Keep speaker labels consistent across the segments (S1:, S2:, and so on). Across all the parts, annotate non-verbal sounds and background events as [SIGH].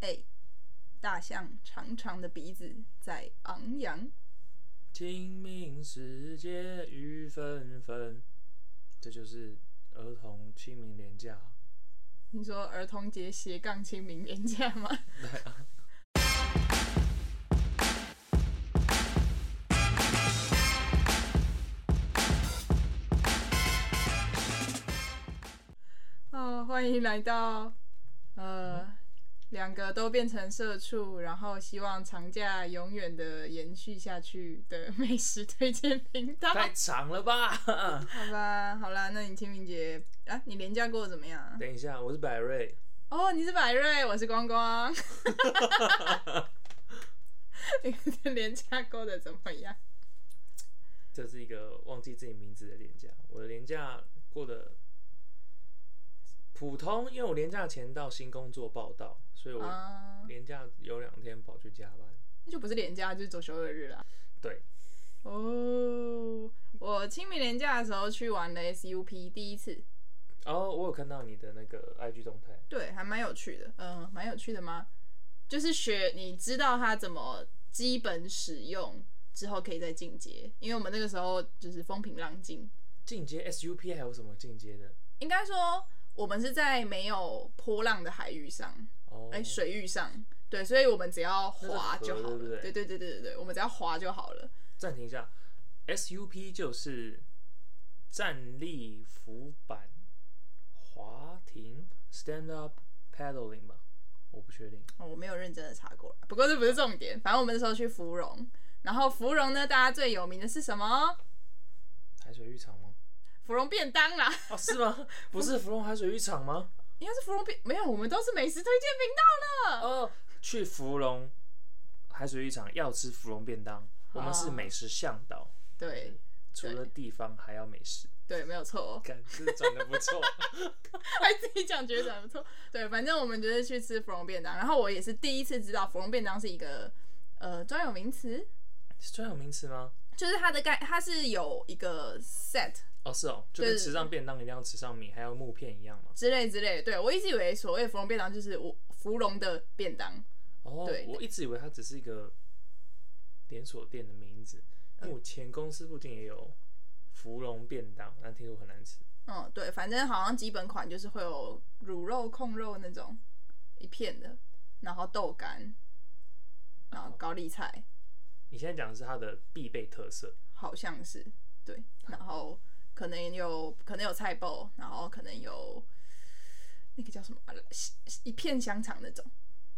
S1: 哎，大象长长的鼻子在昂扬。
S2: 清明时节雨纷纷，这就是儿童清明廉假。
S1: 你说儿童节斜杠清明廉价吗？
S2: 对啊，
S1: [LAUGHS] 哦，欢迎来到呃，两个都变成社畜，然后希望长假永远的延续下去的美食推荐频道。
S2: 太长了吧？ [LAUGHS]
S1: 好吧，好啦，那你清明节啊，你廉价过得怎么样啊？
S2: 等一下，我是百瑞，
S1: 哦，你是百瑞，我是光光。哎你的廉价过得怎么样？
S2: 这是一个忘记自己名字的廉假。我的廉假过得普通，因为我廉假前到新工作报道，所以我
S1: 啊，
S2: 廉假有两天跑去加班。
S1: 那就不是廉价，就是走休二日啦。
S2: 对，
S1: 哦，我清明年假的时候去玩了 SUP，第一次，
S2: 哦，我有看到你的那个 IG 动态，
S1: 对，还蛮有趣的。嗯、蛮有趣的吗？就是学你知道它怎么基本使用之后，可以再进阶。因为我们那个时候就是风平浪静，
S2: 进阶 SUP 还有什么进阶的？
S1: 应该说我们是在没有波浪的海域上，
S2: 哦，
S1: 哎、水域上，对，所以我们只要滑
S2: 那是
S1: 就
S2: 河
S1: 好了。
S2: 对不
S1: 对对
S2: 对
S1: 对对对对，我们只要滑就好了。
S2: 暂停一下，SUP 就是站立浮板滑艇 （stand up paddling） 吧？我不确定。
S1: 哦，我没有认真的查过，不过这不是重点。反正我们那时候去芙蓉，然后芙蓉呢，大家最有名的是什么？
S2: 海水浴场吗？
S1: 芙蓉便当啦，
S2: 哦，是 [LAUGHS] 吗？不是芙蓉海水浴场 [LAUGHS] 吗？
S1: 应该是芙蓉便，没有，我们都是美食推荐频道呢。
S2: 哦，去芙蓉海水浴场要吃芙蓉便当，我们是美食向导，
S1: 对
S2: 除了地方还要美食。
S1: 对，没有错，哦
S2: 感这转的不 [LAUGHS] 错。
S1: [LAUGHS] 还自己讲觉得还不错。对，反正我们就是去吃芙蓉便当，然后我也是第一次知道芙蓉便当是一个呃专有名词，
S2: 是专有名词吗？
S1: 就是它的概，它是有一个 set
S2: 哦，是哦，就跟
S1: 对
S2: 池上便当一定要池上米还有木片一样嘛。
S1: 之类之类的。对我一直以为所谓芙蓉便当就是我芙蓉的便当，
S2: 哦，
S1: 对
S2: 我一直以为它只是一个连锁店的名字，
S1: 嗯
S2: 因为我前公司附近也有芙蓉便当，但听说很难吃。
S1: 嗯，对，反正好像基本款就是会有卤肉、控肉那种一片的，然后豆干，然后高丽菜，
S2: 你现在讲的是它的必备特色，
S1: 好像是对，然后可能有可能有菜包，然后可能有那个叫什么啊一片香肠那种，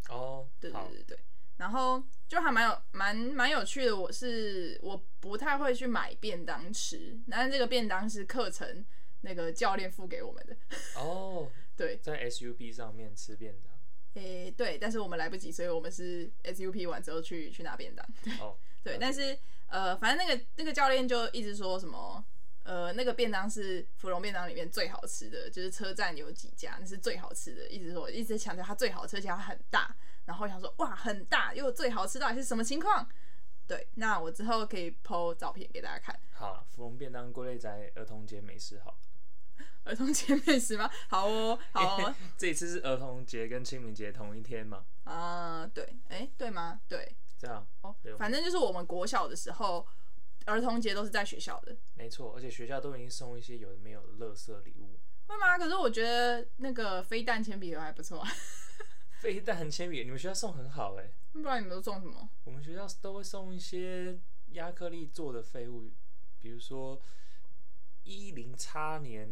S2: 哦，
S1: 对对
S2: 好，
S1: 对对，然后就还蛮有蛮蛮有趣的。我是我不太会去买便当吃，但是这个便当是课程那个教练付给我们的，
S2: 哦，
S1: 对，
S2: 在 SUP 上面吃便当，
S1: 诶、对，但是我们来不及，所以我们是 SUP 完之后去去拿便当。
S2: 哦，
S1: 对，
S2: 了解
S1: 但是呃，反正那个那个教练就一直说什么，呃，那个便当是芙蓉便当里面最好吃的，就是车站有几家那是最好吃的，一直说一直强调它最好吃，而且它很大。然后我想说哇，很大又最好吃，到底是什么情况？对，那我之后可以 PO 照片给大家看。
S2: 好，芙蓉便当归类在儿童节美食好了。
S1: 儿童节美食吗？ [LAUGHS] 好哦，好
S2: [LAUGHS]
S1: 哦，
S2: 这一次是儿童节跟清明节同一天嘛？
S1: 啊、对，诶，对吗？对，
S2: 这样，
S1: 哦
S2: 对，
S1: 反正就是我们国小的时候，儿童节都是在学校的，
S2: 没错，而且学校都已经送一些有的没有的垃圾礼物，
S1: 会吗？可是我觉得那个飞弹铅笔盒还不错啊，
S2: 飞弹铅笔，你们学校送很好哎、
S1: 不知道你们都送什么？
S2: 我们学校都会送一些亚克力做的废物，比如说一零叉年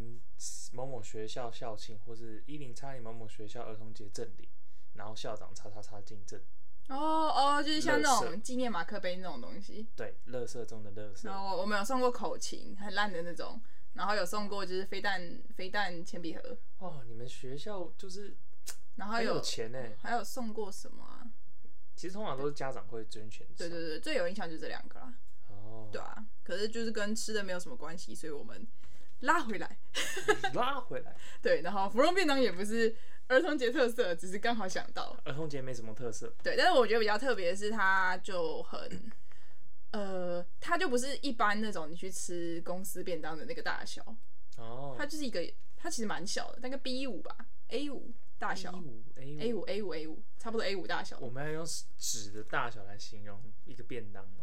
S2: 某某学校校庆，或是一零叉年某某学校儿童节赠礼，然后校长叉叉叉进赠，
S1: 哦哦，就是像那
S2: 垃
S1: 种纪念马克杯那种东西。
S2: 对，垃圾中的垃
S1: 然
S2: 圾，
S1: 后我们有送过口琴，很烂的那种，然后有送过就是飞弹飞弹铅笔盒，
S2: 哇，你们学校就是
S1: 然后
S2: 很
S1: 有
S2: 有钱哎、
S1: 还有送过什么啊？
S2: 其实通常都是家长会捐钱，
S1: 对对，对，最有印象就这两个啦，
S2: 哦，
S1: 对啊。可是就是跟吃的没有什么关系，所以我们拉回来。
S2: 拉回来，
S1: 对，然后芙蓉便当也不是儿童节特色，只是刚好想到。
S2: 儿童节没什么特色，
S1: 对，但是我觉得比较特别的是，它就很，呃，它就不是一般那种你去吃公司便当的那个大小，
S2: 哦
S1: 它就是一个，它其实蛮小的，大概 B 五吧，A 五大小
S2: A 五哦 A
S1: ，A 五 A 五 A 五，差不多 A 五大小，
S2: 我们要用纸的大小来形容一个便当
S1: [LAUGHS]
S2: 吗？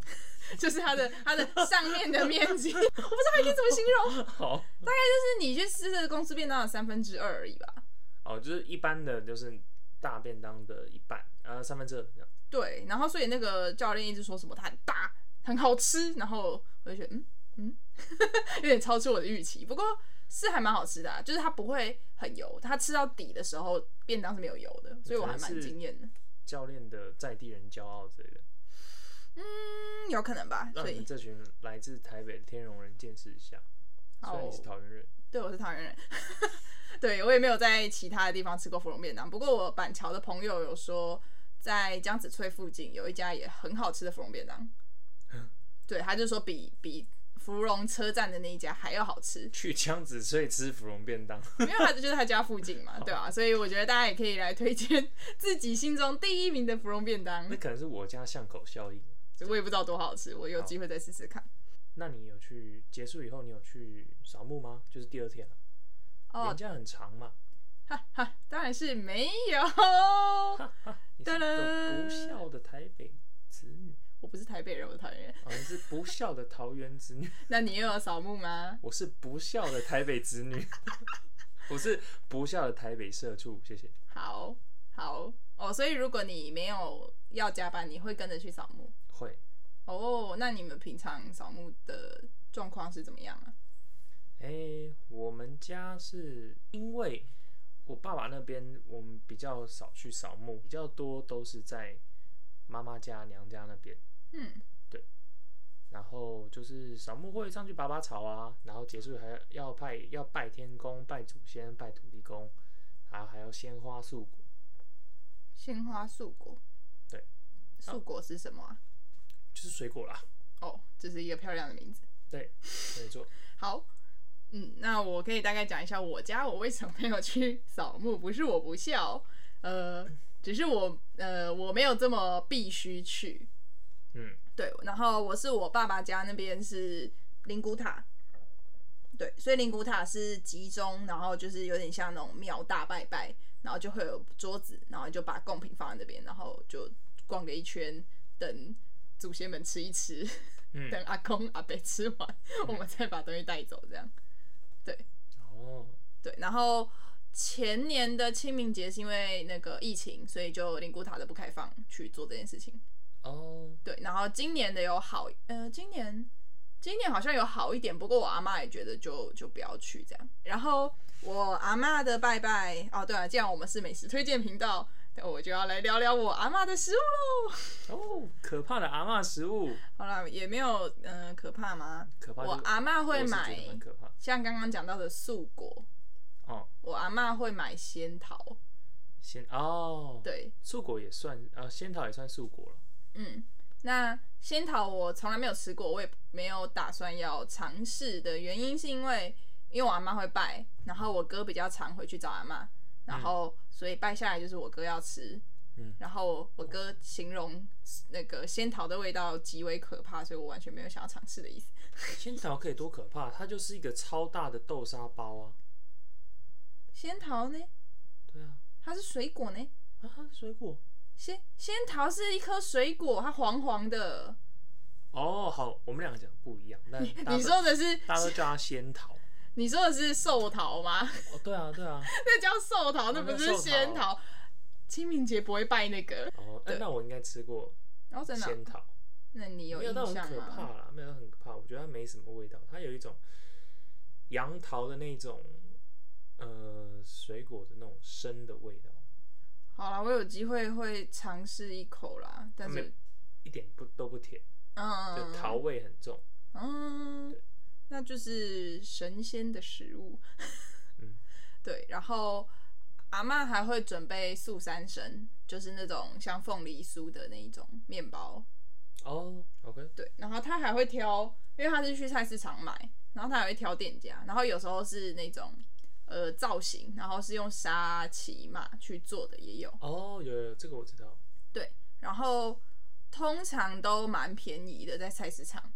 S1: 就是它的它的上面的面积， [LAUGHS] 我不知道还可以怎么形容，就
S2: 好，
S1: 是你去吃的公司便当的三分之二而已吧。
S2: 哦，就是一般的，就是大便当的一半，呃，三分之二这样。
S1: 对，然后所以那个教练一直说什么它很大，很好吃，然后我就觉得嗯嗯， [LAUGHS] 有点超出我的预期，不过是还蛮好吃的、啊，就是它不会很油，它吃到底的时候便当是没有油的，所以我还蛮惊艳的。
S2: 教练的在地人骄傲之类的，
S1: 嗯，有可能吧，
S2: 让
S1: 所
S2: 你
S1: 以
S2: 们这群来自台北的天龙人见识一下。虽然你是
S1: 好
S2: 桃园人，
S1: 对我是桃园人， [LAUGHS] 对我也没有在其他的地方吃过芙蓉便当，不过我板桥的朋友有说，在江子翠附近有一家也很好吃的芙蓉便当，
S2: 嗯
S1: 对，他就说比比芙蓉车站的那一家还要好吃，
S2: 去江子翠吃芙蓉便当，
S1: 因为他 [LAUGHS] 就是他家附近嘛，对啊，所以我觉得大家也可以来推荐 [LAUGHS] 自己心中第一名的芙蓉便当
S2: 那，可能是我家巷口效应。
S1: 我也不知道多好吃，我有
S2: 好
S1: 机会再试试看。
S2: 那你有去结束以后，你有去扫墓吗？就是第二天了、
S1: 哦
S2: 年假很长嘛，
S1: 哈哈，当然是没有， [LAUGHS]
S2: 哈哈，你是
S1: 噔
S2: 个
S1: 噔
S2: 不孝的台北子女，
S1: 我不是台北人，我是桃园人。
S2: 好像是不孝的桃园子女，
S1: 那你又有扫墓吗？
S2: 我是不孝的台北子女， [LAUGHS] 我是不孝的台北社畜，谢谢。
S1: 好好哦，所以如果你没有要加班，你会跟着去扫墓
S2: 会，
S1: 哦。那你们平常扫墓的状况是怎么样啊？
S2: 哎、我们家是因为我爸爸那边我们比较少去扫墓，比较多都是在妈妈家、娘家那边。
S1: 嗯，
S2: 然后就是扫墓会上去拔拔草啊，然后结束还要拜要拜天公、拜祖先、拜土地公，然后还要鲜花素果。
S1: 鲜花素果，
S2: 对，
S1: 素果是什么啊？
S2: 就是水果啦，
S1: 哦，这是一个漂亮的名字。
S2: 对，没错。
S1: 好，嗯，那我可以大概讲一下我家我为什么没有去扫墓，不是我不孝，呃，只是我呃我没有这么必须去，
S2: 嗯，
S1: 对，然后我是我爸爸家那边是灵骨塔，对，所以灵骨塔是集中，然后就是有点像那种庙大拜拜，然后就会有桌子，然后就把贡品放在那边，然后就逛个一圈，等祖先们吃一吃，
S2: 嗯
S1: 等阿公阿伯吃完，我们再把东西带走，这样。
S2: 哦，
S1: 对，然后前年的清明节是因为那个疫情，所以就灵骨塔的不开放去做这件事情。
S2: 哦，
S1: 对，然后今年的有好，呃，今年今年好像有好一点，不过我阿妈也觉得就就不要去这样。然后我阿妈的拜拜，哦，对啊，既然我们是美食推荐频道，我就要来聊聊我阿妈的食物喽。
S2: 哦，可怕的阿嬷食物，
S1: 好啦，也没有嗯、呃可怕吗？
S2: 可怕
S1: 我
S2: 就。
S1: 阿妈会
S2: 我是
S1: 买
S2: 觉得，很可怕。
S1: 像刚刚讲到的素果，
S2: 哦，
S1: 我阿妈会买仙桃，
S2: 仙哦，，
S1: 对，
S2: 素果也算啊，仙桃也算素果了。
S1: 嗯，那仙桃我从来没有吃过，我也没有打算要尝试的原因是因为，因为我阿妈会拜，然后我哥比较常回去找阿妈，然后所以拜下来就是我哥要吃，
S2: 嗯
S1: 然后我哥形容那个仙桃的味道极为可怕，所以我完全没有想要尝试的意思。
S2: 仙桃可以多可怕？它就是一个超大的豆沙包啊。
S1: 仙桃呢，
S2: 对啊，
S1: 它是水果呢，
S2: 啊，它是水果。
S1: 仙仙桃是一颗水果，它黄黄的。
S2: 哦，好，我们两个讲的不一样，但大家
S1: 你说的是
S2: 大家都叫它仙桃。
S1: 你说的是寿桃吗？
S2: 哦，对啊，对
S1: [LAUGHS]
S2: 啊。
S1: 那叫寿桃，那不是仙
S2: 哦那寿
S1: 桃。清明节不会拜那个，
S2: 哦，哎
S1: 对
S2: 那我应该吃过
S1: 然后真的啊，
S2: 仙桃，
S1: 那你有
S2: 没有
S1: 印
S2: 到很
S1: 象
S2: 可怕
S1: 吗？
S2: 啦，没有到很可怕。我觉得它没什么味道，它有一种杨桃的那种呃水果的那种生的味道，
S1: 好啦，我有机会会尝试一口啦，但
S2: 没
S1: 是，
S2: 一点不都不甜，就
S1: 嗯，
S2: 桃，味很重。
S1: 嗯，那就是神仙的食物，
S2: 嗯，
S1: [LAUGHS] 对，然后阿嬷还会准备素三生，就是那种像凤梨酥的那一种面包，
S2: 哦，OK，
S1: 对，然后他还会挑，因为他是去菜市场买，然后他还会挑店家，然后有时候是那种呃造型，然后是用沙琪玛去做的也有，
S2: 哦，有有有这个我知道，
S1: 然后通常都蛮便宜的在菜市场，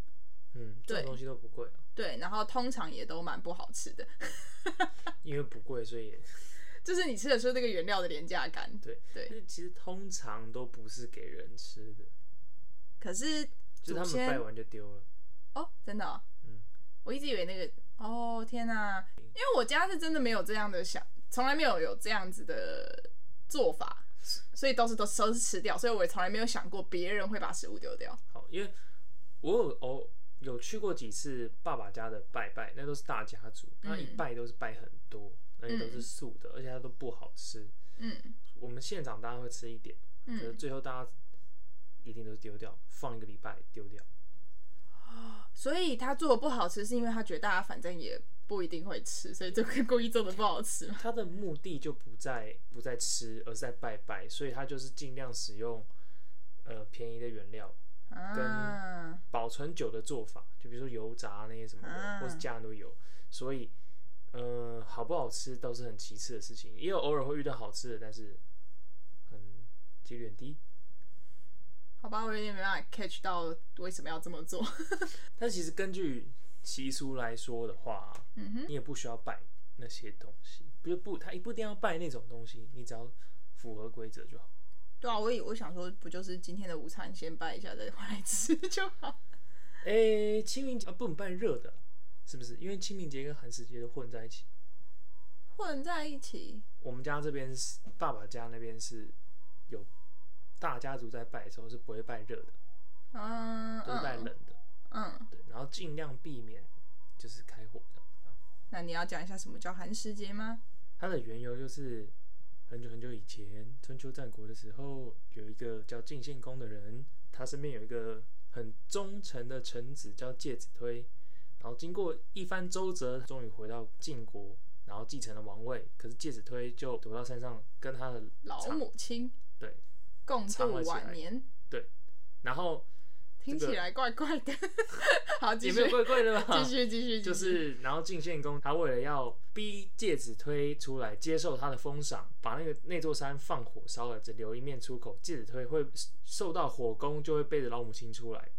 S2: 嗯，这
S1: 对
S2: 种东西都不贵啊，
S1: 对，然后通常也都蛮不好吃的，
S2: 因为不贵，所以也
S1: [LAUGHS] 就是你吃得出这个原料的廉价感。
S2: 对
S1: 对
S2: 但是其实通常都不是给人吃的，
S1: 可是祖
S2: 就是他们拜
S1: 先
S2: 完就丢了。
S1: 哦，真的、哦，
S2: 嗯，
S1: 我一直以为那个哦天哪、因为我家是真的没有这样的想，从来没有有这样子的做法，所以都是都是都是吃掉，所以我也从来没有想过别人会把食物丢掉。
S2: 好，因为我有哦有去过几次爸爸家的拜拜，那都是大家族，那一
S1: 嗯
S2: 拜都是拜很多，那也都是
S1: 嗯
S2: 素的，而且它都不好吃。
S1: 嗯
S2: 我们现场当然会吃一点，可是
S1: 嗯，
S2: 最后大家一定都是丢掉，放一个礼拜丢掉。
S1: 所以他做的不好吃，是因为他觉得大家反正也不一定会吃，所以就故意做的不好吃嘛。
S2: 它的目的就不在不在吃，而是在拜拜，所以它就是尽量使用呃便宜的原料，
S1: 啊，
S2: 保存久的做法，就比如说油炸那些什么的，
S1: 啊
S2: 或是加很多油，所以呃好不好吃倒是很其次的事情，也有偶尔会遇到好吃的，但是很几率很低。
S1: 好吧，我有点没办法 catch 到为什么要这么做。
S2: 但其实根据习俗来说的话，
S1: 嗯哼，
S2: 你也不需要拜那些东西，不是不，他不一定要拜那种东西，你只要符合规则就好。
S1: 对啊，我以我想说，不就是今天的午餐先拜一下，再回来吃就好。
S2: 诶、清明节啊，不能拜热的，是不是？因为清明节跟寒食节都混在一起。
S1: 混在一起，
S2: 我们家这边是爸爸家那边是有大家族在拜的时候是不会拜热的，
S1: 嗯，
S2: 都是拜冷
S1: 嗯
S2: 的，
S1: 嗯，
S2: 对，然后尽量避免就是开火的。
S1: 那你要讲一下什么叫寒食节吗？
S2: 它的缘由就是很久很久以前，春秋战国的时候，有一个叫晋献公的人，他身边有一个很忠诚的臣子叫介子推，然后经过一番周折，终于回到晋国，然后继承了王位。可是介子推就躲到山上，跟他的
S1: 老
S2: 长
S1: 母亲
S2: 对，
S1: 共
S2: 藏
S1: 度
S2: 了起来
S1: 晚年，
S2: 然后
S1: 听
S2: 这个
S1: 起来怪怪的。 [LAUGHS] 好，继
S2: 也
S1: 续
S2: 没有，怪怪的吧？
S1: 继续，继续，
S2: 就
S1: 继续
S2: 是，然后晋献公他为了要逼介子推出来接受他的封赏，把那个那座山放火烧了，只留一面出口。介子推会受到火攻，就会背着老母亲出来。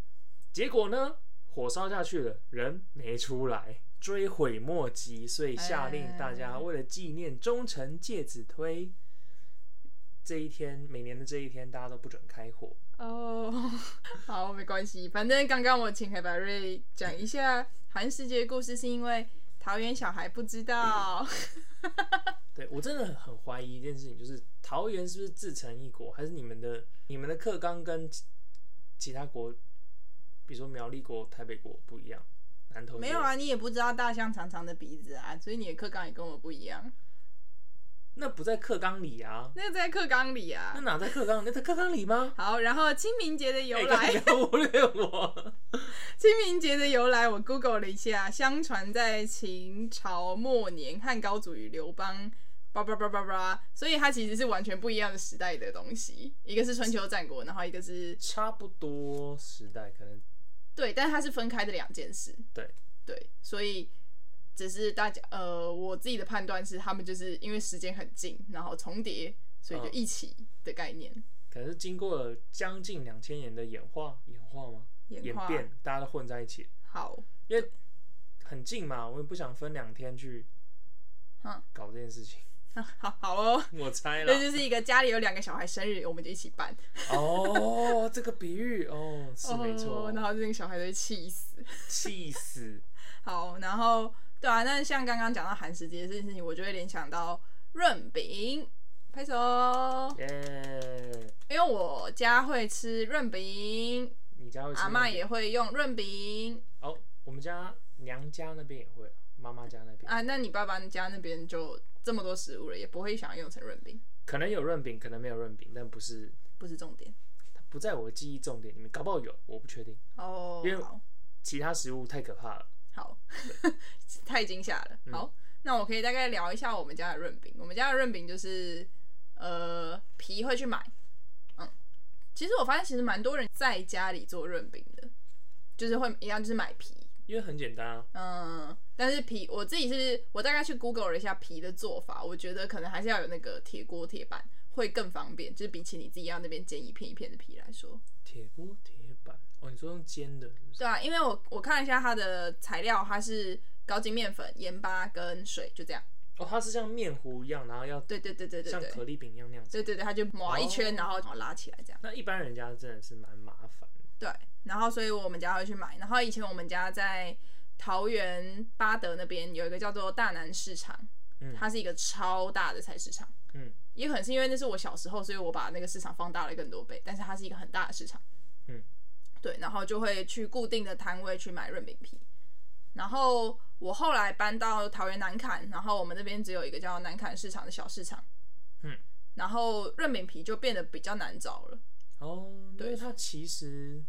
S2: 结果呢，火烧下去了，人没出来，追悔莫及，所以下令大家
S1: 哎
S2: 为了纪念忠臣介子推，这一天每年的这一天，大家都不准开火。
S1: 哦， [LAUGHS] 好，没关系。反正刚刚我请黑白瑞讲一下寒食节的故事，是因为桃园小孩不知
S2: 嗯
S1: 道。
S2: 对我真的很很怀疑一件事情，就是桃园是不是自成一国，还是你们的你们的课纲跟其其他国，比如说苗栗国、台北国不一样，南投国
S1: 没有啊，？你也不知道大象长长的鼻子啊，所以你的课纲也跟我不一样。
S2: 那不在课纲里啊，
S1: 那个在课纲里
S2: 那
S1: 啊。
S2: 哪在课纲？那在课纲里吗？
S1: 好，然后清明节的由
S2: 嗯哎
S1: 来，
S2: 不要忽略我。 [LAUGHS]
S1: 清明节的由来，我 Google 了一下，相传在秦朝末年，汉高祖与刘邦，叭叭叭叭叭，所以它其实是完全不一样的时代的东西，一个是春秋战国，然后一个是
S2: 差不多时代可能
S1: 对，但它是分开的两件事。
S2: 对
S1: 对，所以只是大家呃，我自己的判断是，他们就是因为时间很近，然后重叠，所以就
S2: 嗯
S1: 一起的概念、
S2: 可能是经过了将近两千年的演化，演化吗？演
S1: 演化。
S2: 变，大家都混在一起，
S1: 好，
S2: 因为很近嘛，我也不想分两天去
S1: 嗯
S2: 搞这件事情。 [LAUGHS]
S1: 好好哦。
S2: 我猜了
S1: 这，就是一个家里有两个小孩生日，我们就一起办。
S2: 哦，这个比喻哦，是没错
S1: 哦，然后那个小孩都会气死。
S2: 气死。
S1: 好，然后对啊，那像刚刚讲到寒食节这件事情，我就会联想到润饼，拍手。
S2: 耶、
S1: 因为我家会吃润饼，
S2: 你家会吃
S1: 阿
S2: 那
S1: 嬷
S2: 个
S1: 也会用润饼
S2: 哦，我们家娘家那边也会，妈妈家那边、
S1: 啊。那你爸爸家那边就这么多食物了，也不会想要用成润饼，
S2: 可能有润饼，可能没有润饼，但不是
S1: 不是重点。
S2: 它不在我的记忆重点里面，搞不好有，我不确定。
S1: 哦
S2: 因为，
S1: 好，
S2: 其他食物太可怕了，
S1: 好， [LAUGHS] 太惊吓了。
S2: 嗯
S1: 好，那我可以大概聊一下我们家的润饼。我们家的润饼就是，呃，皮会去买。嗯，其实我发现其实蛮多人在家里做润饼的，就是会一样就是买皮，
S2: 因为很简单啊，
S1: 嗯，但是皮我自己是我大概去 Google 了一下皮的做法，我觉得可能还是要有那个铁锅铁板会更方便，就是比起你自己要那边煎一片一片的皮来说，
S2: 铁锅铁板哦，你说用煎的是不是？
S1: 对啊，因为我我看了一下它的材料，它是高筋面粉、盐巴跟水，就这样，
S2: 哦，它是像面糊一样，然后要
S1: 对对对对对
S2: 像
S1: 对
S2: 可丽饼一样那样子。
S1: 对对对，它就抹一圈，
S2: 哦
S1: 然后然后拉起来这样。
S2: 那一般人家真的是蛮麻烦的。
S1: 对，然后所以我们家会去买。然后以前我们家在桃园巴德那边有一个叫做大南市场，
S2: 嗯
S1: 它是一个超大的菜市场。
S2: 嗯，
S1: 也可能是因为那是我小时候，所以我把那个市场放大了更多倍，但是它是一个很大的市场。
S2: 嗯，
S1: 对，然后就会去固定的摊位去买润饼皮。然后我后来搬到桃园南坎，然后我们那边只有一个叫南坎市场的小市场。
S2: 嗯，
S1: 然后润饼皮就变得比较难找了。
S2: 哦，因为
S1: 对
S2: 它其实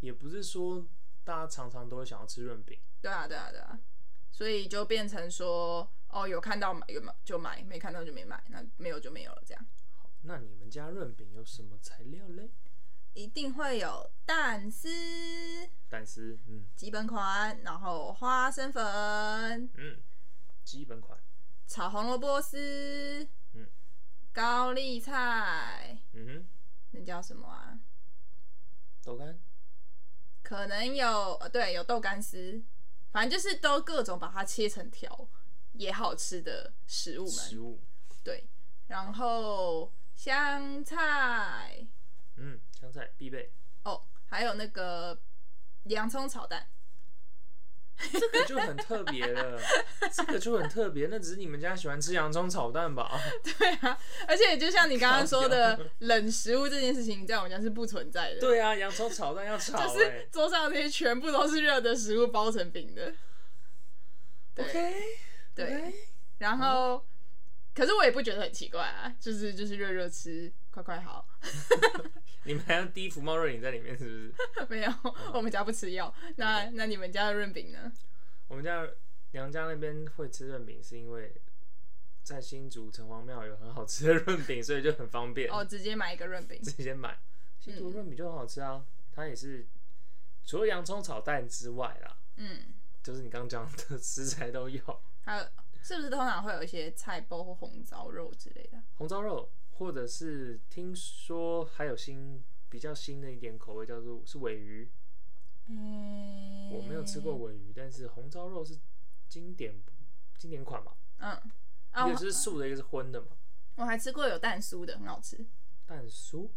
S2: 也不是说大家常常都会想要吃润饼，
S1: 对啊，对啊，对啊，所以就变成说，哦，有看到买有买就买，没看到就没买，那没有就没有了，这样
S2: 好，那你们家润饼有什么材料嘞？
S1: 一定会有蛋丝
S2: 但是，嗯
S1: 基本款，然后花生粉、
S2: 嗯，基本款，
S1: 炒红萝卜丝，
S2: 嗯，
S1: 高丽菜，
S2: 嗯哼，
S1: 那叫什么啊？
S2: 豆干，
S1: 可能有呃，对，有豆干丝，反正就是都各种把它切成条也好吃的食物们，
S2: 食物，
S1: 对，然后香菜。
S2: 嗯，香菜必备，
S1: 哦，还有那个洋葱炒蛋， [LAUGHS]
S2: 这个就很特别了，这个就很特别，那只是你们家喜欢吃洋葱炒蛋吧？
S1: 啊而且就像你刚刚说的，冷食物这件事情在我们家是不存在的。。
S2: [LAUGHS] 对啊，洋葱炒蛋要炒
S1: 就
S2: 哎、
S1: 是桌上这些全部都是热的食物包成饼的，对
S2: OK，
S1: 对
S2: OK
S1: 然后、可是我也不觉得很奇怪啊，就是就是热热吃，快快好， [LAUGHS]
S2: 你们还要低福茂瑞饮在里面是不是？
S1: 没有，我们家不吃药。那那你们家的润饼呢？
S2: 我们家娘家那边会吃润饼，是因为在新竹城隍庙有很好吃的润饼，所以就很方便，
S1: 哦，直接买一个润饼，
S2: 直接买。新竹润饼就很好吃啊，它也是除了洋葱炒蛋之外啦，
S1: 嗯，
S2: 就是你刚讲的食材都有，
S1: 还有是不是通常会有一些菜包或红烧肉之类的？
S2: 红烧肉，或者是听说还有新比较新的一点口味叫做是尾鱼，
S1: 嗯，
S2: 我没有吃过尾鱼，但是红烧肉是经典经典款嘛，
S1: 嗯，啊，
S2: 一
S1: 我
S2: 个是素的，一个是荤的嘛，
S1: 我还吃过有蛋酥的，很好吃。
S2: 蛋酥。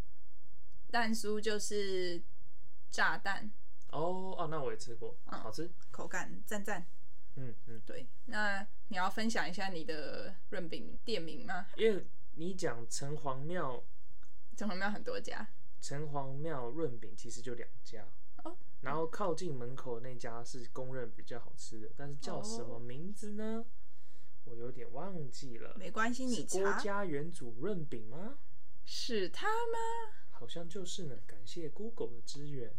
S1: 蛋酥就是炸蛋，
S2: 哦哦，那我也吃过，
S1: 嗯
S2: 好吃。
S1: 口感赞赞。
S2: 嗯嗯，
S1: 对，那你要分享一下你的润饼店名吗？
S2: 因为你讲城隍庙，
S1: 怎么没有很多家？
S2: 城隍庙润饼其实就两家，
S1: 哦
S2: 然后靠近门口那家是公认比较好吃的，但是叫什么
S1: 哦
S2: 名字呢？我有点忘记了。
S1: 没关系，
S2: 是
S1: 你
S2: 郭
S1: 查
S2: 家元祖润饼吗？
S1: 是它吗？
S2: 好像就是呢，感谢 Google 的支援。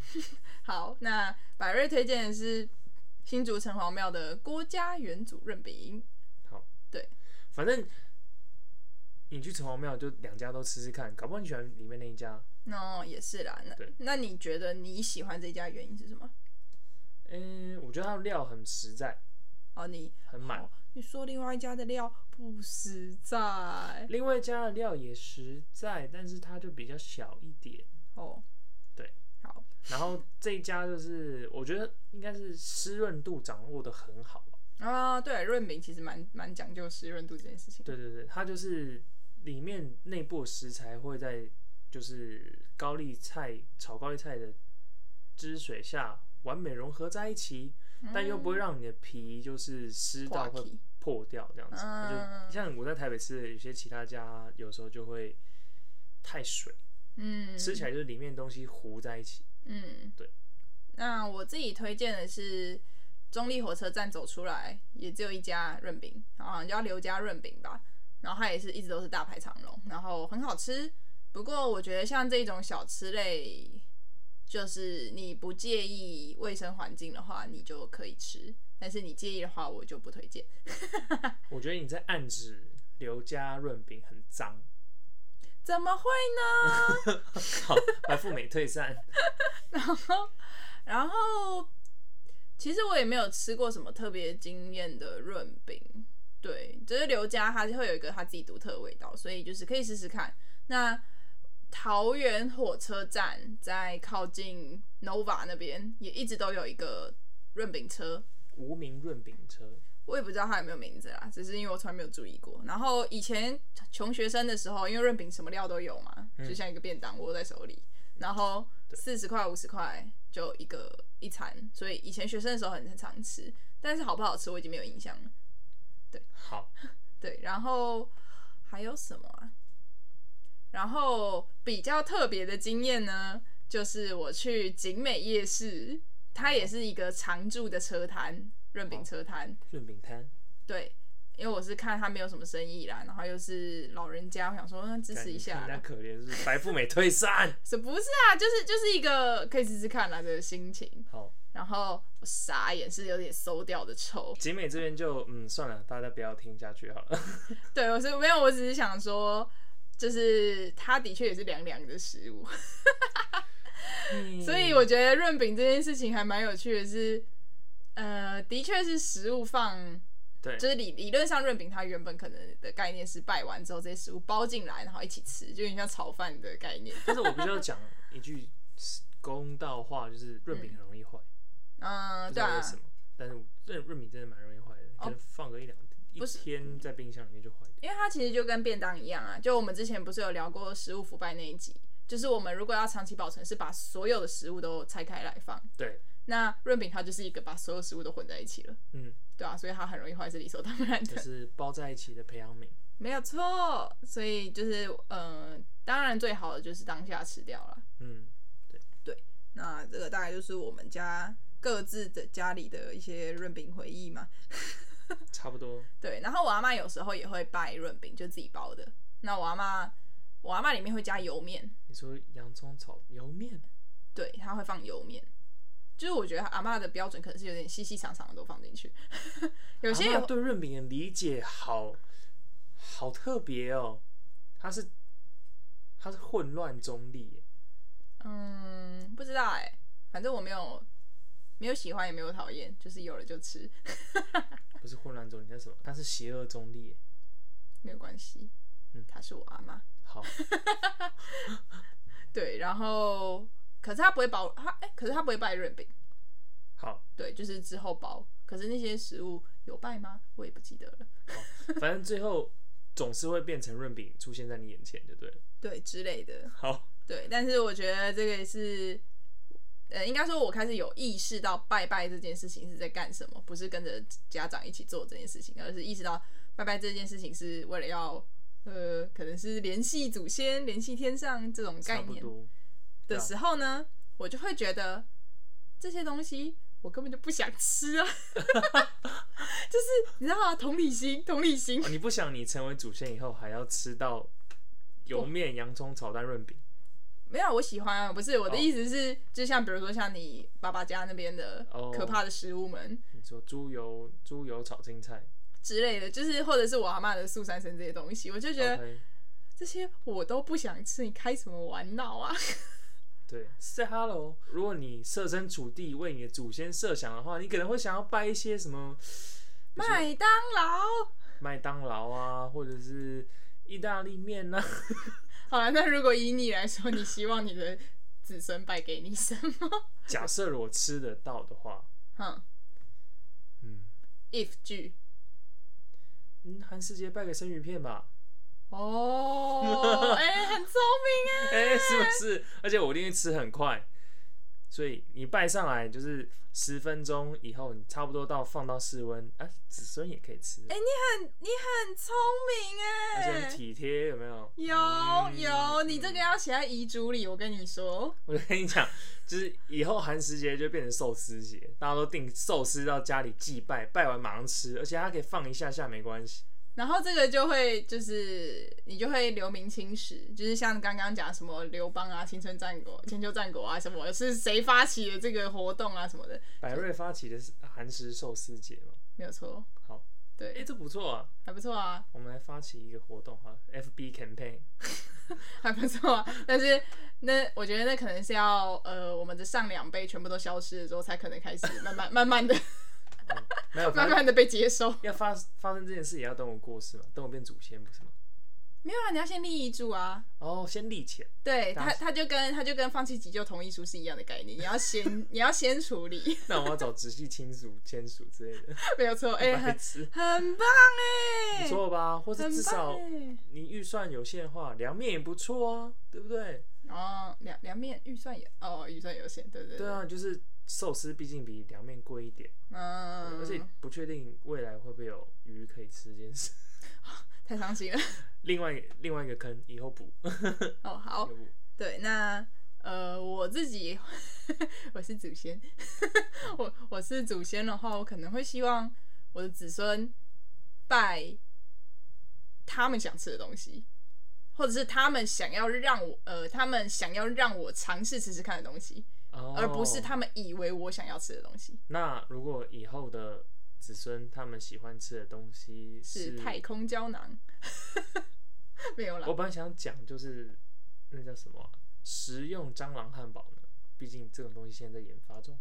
S1: 好，那百瑞推荐的是新竹城隍庙的郭家元祖润饼。
S2: 好，
S1: 对，
S2: 反正你去城隍庙就两家都吃吃看，搞不好你喜欢里面那一家。
S1: 那、也是啦，那
S2: 对
S1: 那你觉得你喜欢这家原因是什么？
S2: 嗯，我觉得它的料很实在，
S1: 哦，你
S2: 很满。
S1: 哦你说另外一家的料不实在
S2: 另外加的料也实在，但是它就比较小一点。
S1: 哦，
S2: 对，
S1: 好，
S2: 然后这一家就是我觉得应该是湿润度掌握的很好吧。
S1: 啊，对，润饼其实蛮蛮讲究湿润度这件事情。
S2: 对对对，它就是里面内部的食材会在就是高丽菜炒高丽菜的汁水下完美融合在一起，但又不会让你的皮就是湿到
S1: 嗯破
S2: 会
S1: 皮
S2: 破掉这样子。它就
S1: 嗯
S2: 像我在台北吃的有些其他家，有时候就会太水。
S1: 嗯，
S2: 吃起来就是里面东西糊在一起。
S1: 嗯，
S2: 对。
S1: 那我自己推荐的是中立火车站走出来，也只有一家润饼，好像叫刘家润饼吧。然后它也是一直都是大排长龙，然后很好吃。不过我觉得像这种小吃类，就是你不介意卫生环境的话，你就可以吃；但是你介意的话，我就不推荐。
S2: 我觉得你在暗指刘家润饼很脏。
S1: 怎么会呢？
S2: 好，白富美退散。
S1: 然后其实我也没有吃过什么特别惊艳的润饼，对，只、是刘家它会有一个它自己独特的味道，所以就是可以试试看。那桃园火车站在靠近 Nova 那边也一直都有一个润饼车，
S2: 无名润饼车，
S1: 我也不知道它有没有名字啦，只是因为我从来没有注意过。然后以前穷学生的时候，因为润饼什么料都有嘛，就像一个便当握在手里，然后四十块五十块就一个一餐，所以以前学生的时候很很常吃，但是好不好吃我已经没有印象了。
S2: 好，
S1: 对，然后还有什么啊？然后比较特别的经验呢，就是我去景美夜市，它也是一个常驻的车摊，润饼车摊。
S2: 润饼摊
S1: 对，因为我是看他没有什么生意啦，然后又是老人家，我想说嗯支持一下
S2: 人家
S1: 啦。
S2: 可怜是白富美退散。
S1: 是不是啊？就是就是一个可以试试看啦的心情。
S2: 好，
S1: 然后我傻眼，是有点馊掉的臭。
S2: 景美这边就嗯算了，大家不要听下去好了。
S1: 对，我是没有，我只是想说，就是它的确也是凉凉的食物，嗯
S2: [LAUGHS]
S1: 所以我觉得润饼这件事情还蛮有趣的是，呃，的确是食物放
S2: 对，
S1: 就是理理论上润饼它原本可能的概念是拜完之后这些食物包进来，然后一起吃，就有点像炒饭的概念。
S2: 但是我必须要讲一句公道话，就是润饼很容易坏，
S1: 嗯，
S2: 不知
S1: 对
S2: 道
S1: 啊
S2: 为，什么。但是润润饼真的蛮容易坏的，可能放个一两一
S1: 哦不是
S2: 天在冰箱里面就坏掉。
S1: 因为它其实就跟便当一样啊，就我们之前不是有聊过食物腐败那一集，就是我们如果要长期保存，是把所有的食物都拆开来放。
S2: 对，
S1: 那润饼它就是一个把所有食物都混在一起了，
S2: 嗯，
S1: 对啊，所以它很容易坏是理所当然
S2: 就
S1: 的，
S2: 是包在一起的培养皿。
S1: 没有错。所以就是呃，当然最好的就是当下吃掉了。
S2: 嗯，
S1: 那这个大概就是我们家各自的家里的一些润饼回忆嘛。
S2: 差不多。
S1: 对，然后我阿妈有时候也会拜润饼，就自己包的。那我阿妈，我阿妈里面会加油面，
S2: 你说洋葱炒油面，
S1: 对，她会放油面。就是我觉得阿妈的标准可能是有点细细长长的都放进去， [LAUGHS] 有些
S2: 阿
S1: 有
S2: 嬷啊对润饼的理解好好特别哦，它是它是混乱中立耶，
S1: 嗯，不知道哎、反正我没有没有喜欢也没有讨厌，就是有了就吃，
S2: 不是混乱中立，那是什么？它是邪恶中立耶。
S1: 没有关系。
S2: 嗯
S1: 她是我阿妈，
S2: 好，
S1: 对，然后可是她不会包，她哎、可是她不会拜润饼，
S2: 好，
S1: 对，就是之后包。可是那些食物有拜吗？我也不记得了，
S2: 反正最后总是会变成润饼出现在你眼前，就对了。
S1: 对之类的，
S2: 好，
S1: 对。但是我觉得这个也是，呃，应该说我开始有意识到拜拜这件事情是在干什么，不是跟着家长一起做这件事情，而是意识到拜拜这件事情是为了要。呃，可能是联系祖先、联系天上这种概
S2: 差不
S1: 念
S2: 多。啊
S1: 的时候呢，我就会觉得这些东西我根本就不想吃啊， [LAUGHS] 就是你知道吗？同理心，同理心，
S2: 哦你不想你成为祖先以后还要吃到油面、洋葱炒蛋润饼？
S1: 没有，我喜欢啊，不是我的
S2: 哦
S1: 意思是，就像比如说像你爸爸家那边的
S2: 哦
S1: 可怕的食物们
S2: 你说猪油猪油炒青菜
S1: 之类的，就是或者是我阿嬷的素三生这些东西，我就觉得
S2: ？OK，
S1: 这些我都不想吃，你开什么玩闹
S2: [LAUGHS]
S1: 啊？
S2: 对，Say hello。如果你设身处地为你的祖先设想的话，你可能会想要拜一些什么
S1: 麦当劳。
S2: 麦当劳啊，或者是意大利
S1: [LAUGHS]
S2: 面啊。
S1: 好了，那如果以你来说，你希望你的子孙拜给你什么？ [LAUGHS]
S2: 假设我吃得到的话，
S1: 哼
S2: 嗯
S1: ，if 句
S2: 嗯，韩世杰拜个生鱼片吧。
S1: [LAUGHS] 哦，哎、很聪明哎、
S2: 哎、是不是？而且我一定吃很快，所以你拜上来就是十分钟以后，你差不多到放到室温，啊，子孙也可以吃，
S1: 哎、你
S2: [LAUGHS]
S1: 很你很聪明
S2: 而且
S1: 哎、
S2: 很体贴，有没有？
S1: 有
S2: 嗯
S1: 有，你这个要写在遗嘱里，我跟你说。
S2: 我跟你讲，就是以后寒食节就变成寿司节，大家都订寿司到家里祭拜，拜完马上吃，而且它可以放一下下没关系。
S1: 然后这个就会就是你就会留名青史，就是像刚刚讲什么刘邦啊、青春战国、千秋战国啊什么，是谁发起的这个活动啊什么的，
S2: 百瑞发起的是寒食寿司节嘛？
S1: 没有错，
S2: 好，哎、
S1: 对，
S2: 这不错啊，
S1: 还不错啊，
S2: 我们来发起一个活动哈，FB campaign。
S1: 还不错啊。但是那我觉得那可能是要呃我们的上两辈全部都消失了之后，才可能开始慢慢 [LAUGHS] 慢慢的
S2: 嗯没有，反
S1: 慢
S2: 正
S1: 慢的被接收。
S2: 要发发生这件事，也要等我过世嘛，等我变祖先不是吗？
S1: 没有啊，你要先立遗嘱啊。
S2: 哦，先立钱，
S1: 对
S2: 当
S1: 他，他就跟他就跟放弃急救同意书是一样的概念，你要先你要先处理，
S2: 那我要找直系亲属签署之类的，
S1: 没有错，哎、
S2: [LAUGHS] 白
S1: 很
S2: 痴，
S1: 很棒哎、
S2: 不错吧？或者
S1: 很
S2: 至
S1: 棒
S2: 少
S1: 哎、
S2: 你预算有限的话，凉面也不错啊，对不对？
S1: 哦，两两面预算也哦预算有限，对对
S2: 对啊，就是寿司毕竟比凉面贵一点，
S1: 嗯，
S2: 而且不确定未来会不会有鱼可以吃这件事。 [LAUGHS]
S1: 太伤心了。 [LAUGHS]
S2: 另外一个另外一个坑，以后补。
S1: 哦，好，
S2: 以后补
S1: 对，那呃，我自己 [LAUGHS] 我是祖先， [LAUGHS] 我我是祖先的话，我可能会希望我的子孙拜他们想吃的东西，或者是他们想要让我呃，他们想要让我尝试吃吃看的东西，
S2: 哦
S1: 而不是他们以为我想要吃的东西，
S2: 那如果以后的子孙他们喜欢吃的东西
S1: 是太，空胶囊。 [LAUGHS] 没有啦
S2: 我，本来想讲就是那叫什么啊、食用蟑螂汉堡呢？毕竟这种东西现在在研发中。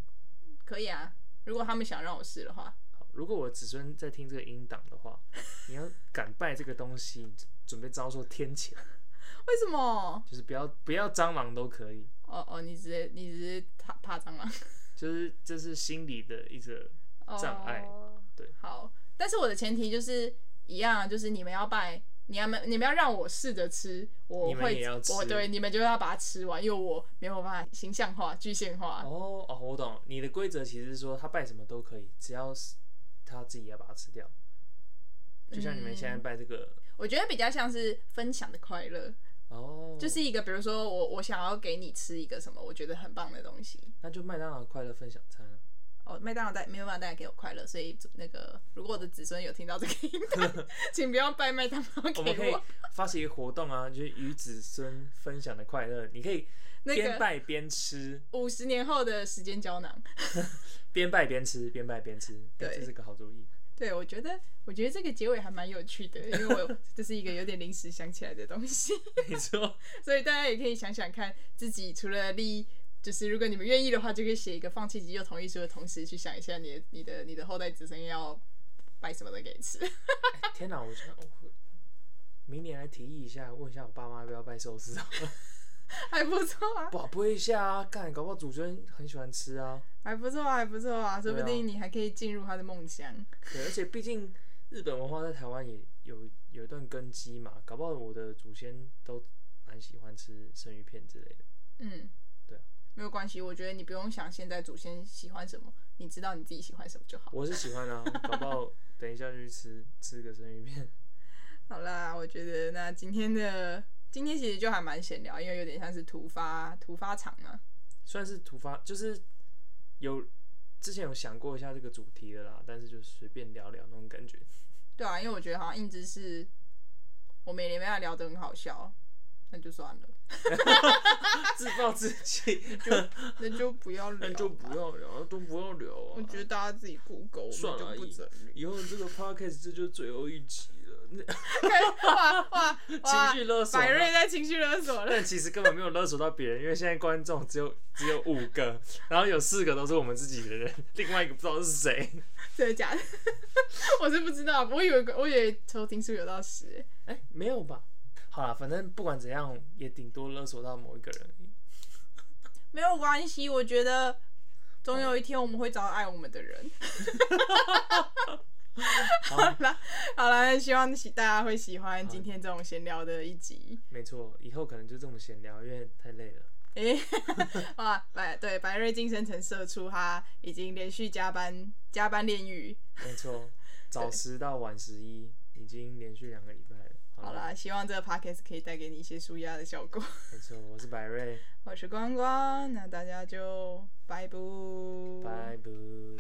S1: 可以啊。如果他们想让我试的话，
S2: 好，如果我子孙在听这个音档
S1: [LAUGHS]
S2: 的话，你要敢拜这个东西，准备遭受天谴，
S1: 为什么？
S2: 就是不要不要蟑螂都可以，
S1: 哦哦，你只是你只是怕怕蟑螂。
S2: 就是这是心理的一个障碍。
S1: 哦
S2: 对，
S1: 好，但是我的前提就是一样啊，就是你们要拜，你要们你们要让我试着吃，我
S2: 你们也
S1: 会
S2: 要吃
S1: 我对你们就要把它吃完，因为我没有办法形象化、具象化。
S2: 哦哦，我懂，你的规则其实是说他拜什么都可以，只要是他自己要把它吃掉。就像你们
S1: 嗯
S2: 现在拜这个、
S1: 我觉得比较像是分享的快乐，
S2: 哦，
S1: 就是一个比如说我我想要给你吃一个什么，我觉得很棒的东西。
S2: 那就麦当劳快乐分享餐啊。
S1: 哦，麦当劳带没有办法带给我快乐，所以那个如果我的子孙有听到这个音档
S2: [LAUGHS]
S1: 请不要拜麦当劳
S2: 我们可
S1: 给
S2: 以
S1: 我。
S2: 发起一个活动啊，就是与子孙分享的快乐。你可以
S1: 那个
S2: 边拜边吃，
S1: 五十年后的时间胶囊，
S2: 边拜边吃，边拜边吃，哎
S1: 对
S2: 这是个好主意。 [LAUGHS]
S1: 对，我觉得，我觉得这个结尾还蛮有趣的，因为我这是一个有点临时想起来的东西， [LAUGHS]
S2: 没错，
S1: 所以大家也可以想想看，自己除了立，就是如果你们愿意的话，就可以写一个放弃急救同意书的同时，去想一下你的、你的、你的后代子孙要拜什么的给你吃。
S2: 哎天哪，我想我会明年来提议一下，问一下我爸妈要不要拜寿司 [LAUGHS] 啊？
S1: [LAUGHS] 还不错啊，
S2: 不好播一下啊，干，搞不好祖孙很喜欢吃啊。
S1: 还不错啊，还不错啊，说不
S2: 对啊
S1: 定你还可以进入他的梦乡。
S2: 对，而且毕竟日本文化在台湾也有有一段根基嘛，搞不好我的祖先都蛮喜欢吃生鱼片之类的。
S1: 嗯，
S2: 对啊，
S1: 没有关系，我觉得你不用想现在祖先喜欢什么，你知道你自己喜欢什么就好。
S2: 我是喜欢啊，搞不好等一下就去吃吃个生鱼片。
S1: 好啦，我觉得那今天的今天其实就还蛮闲聊，因为有点像是突发突发场啊嘛。
S2: 算是突发，就是有之前有想过一下这个主题的啦，但是就随便聊聊那种感觉。
S1: 对啊，因为我觉得好像硬知识，我们也没法聊得很好笑，那就算了，
S2: 自暴自弃， [LAUGHS] 就
S1: 那就不要聊
S2: 那
S1: 吧。
S2: 就不要聊，都不要聊啊。
S1: 我觉得大家自己 Google，我
S2: 算了
S1: 们就不整理。
S2: 以后这个 podcast 这就是最后一集了，那
S1: 哇哇哇！
S2: [LAUGHS] 情绪勒索啊。
S1: 百瑞在情绪勒
S2: [LAUGHS]
S1: 索了。
S2: 但其实根本没有勒索到别人，因为现在观众只有 [LAUGHS] 只有五个，然后有四个都是我们自己的人， [LAUGHS] 另外一个不知道是谁。
S1: 真的假的？ [LAUGHS] 我是不知道，我以为我以为收听数有到十、欸
S2: 哎、没有吧？好啦，反正不管怎样，也顶多勒索到某一个人。
S1: 没有关系，我觉得总有一天我们会找到爱我们的人。 [LAUGHS] 好啦，好啦，希望喜大家会喜欢今天这种闲聊的一集。
S2: 没错，以后可能就这么闲聊，因为太累了。
S1: 诶、 [LAUGHS] 哇，白对白瑞精神层社畜，他已经连续加班加班炼狱。[LAUGHS]
S2: 没错，早十到晚十一，已经连续两个礼拜了。
S1: 好
S2: 啦，
S1: 啦，希望这个 podcast 可以带给你一些舒压的效果。
S2: 没错，我是百瑞，
S1: 我是光光，那大家就拜拜。
S2: 拜拜。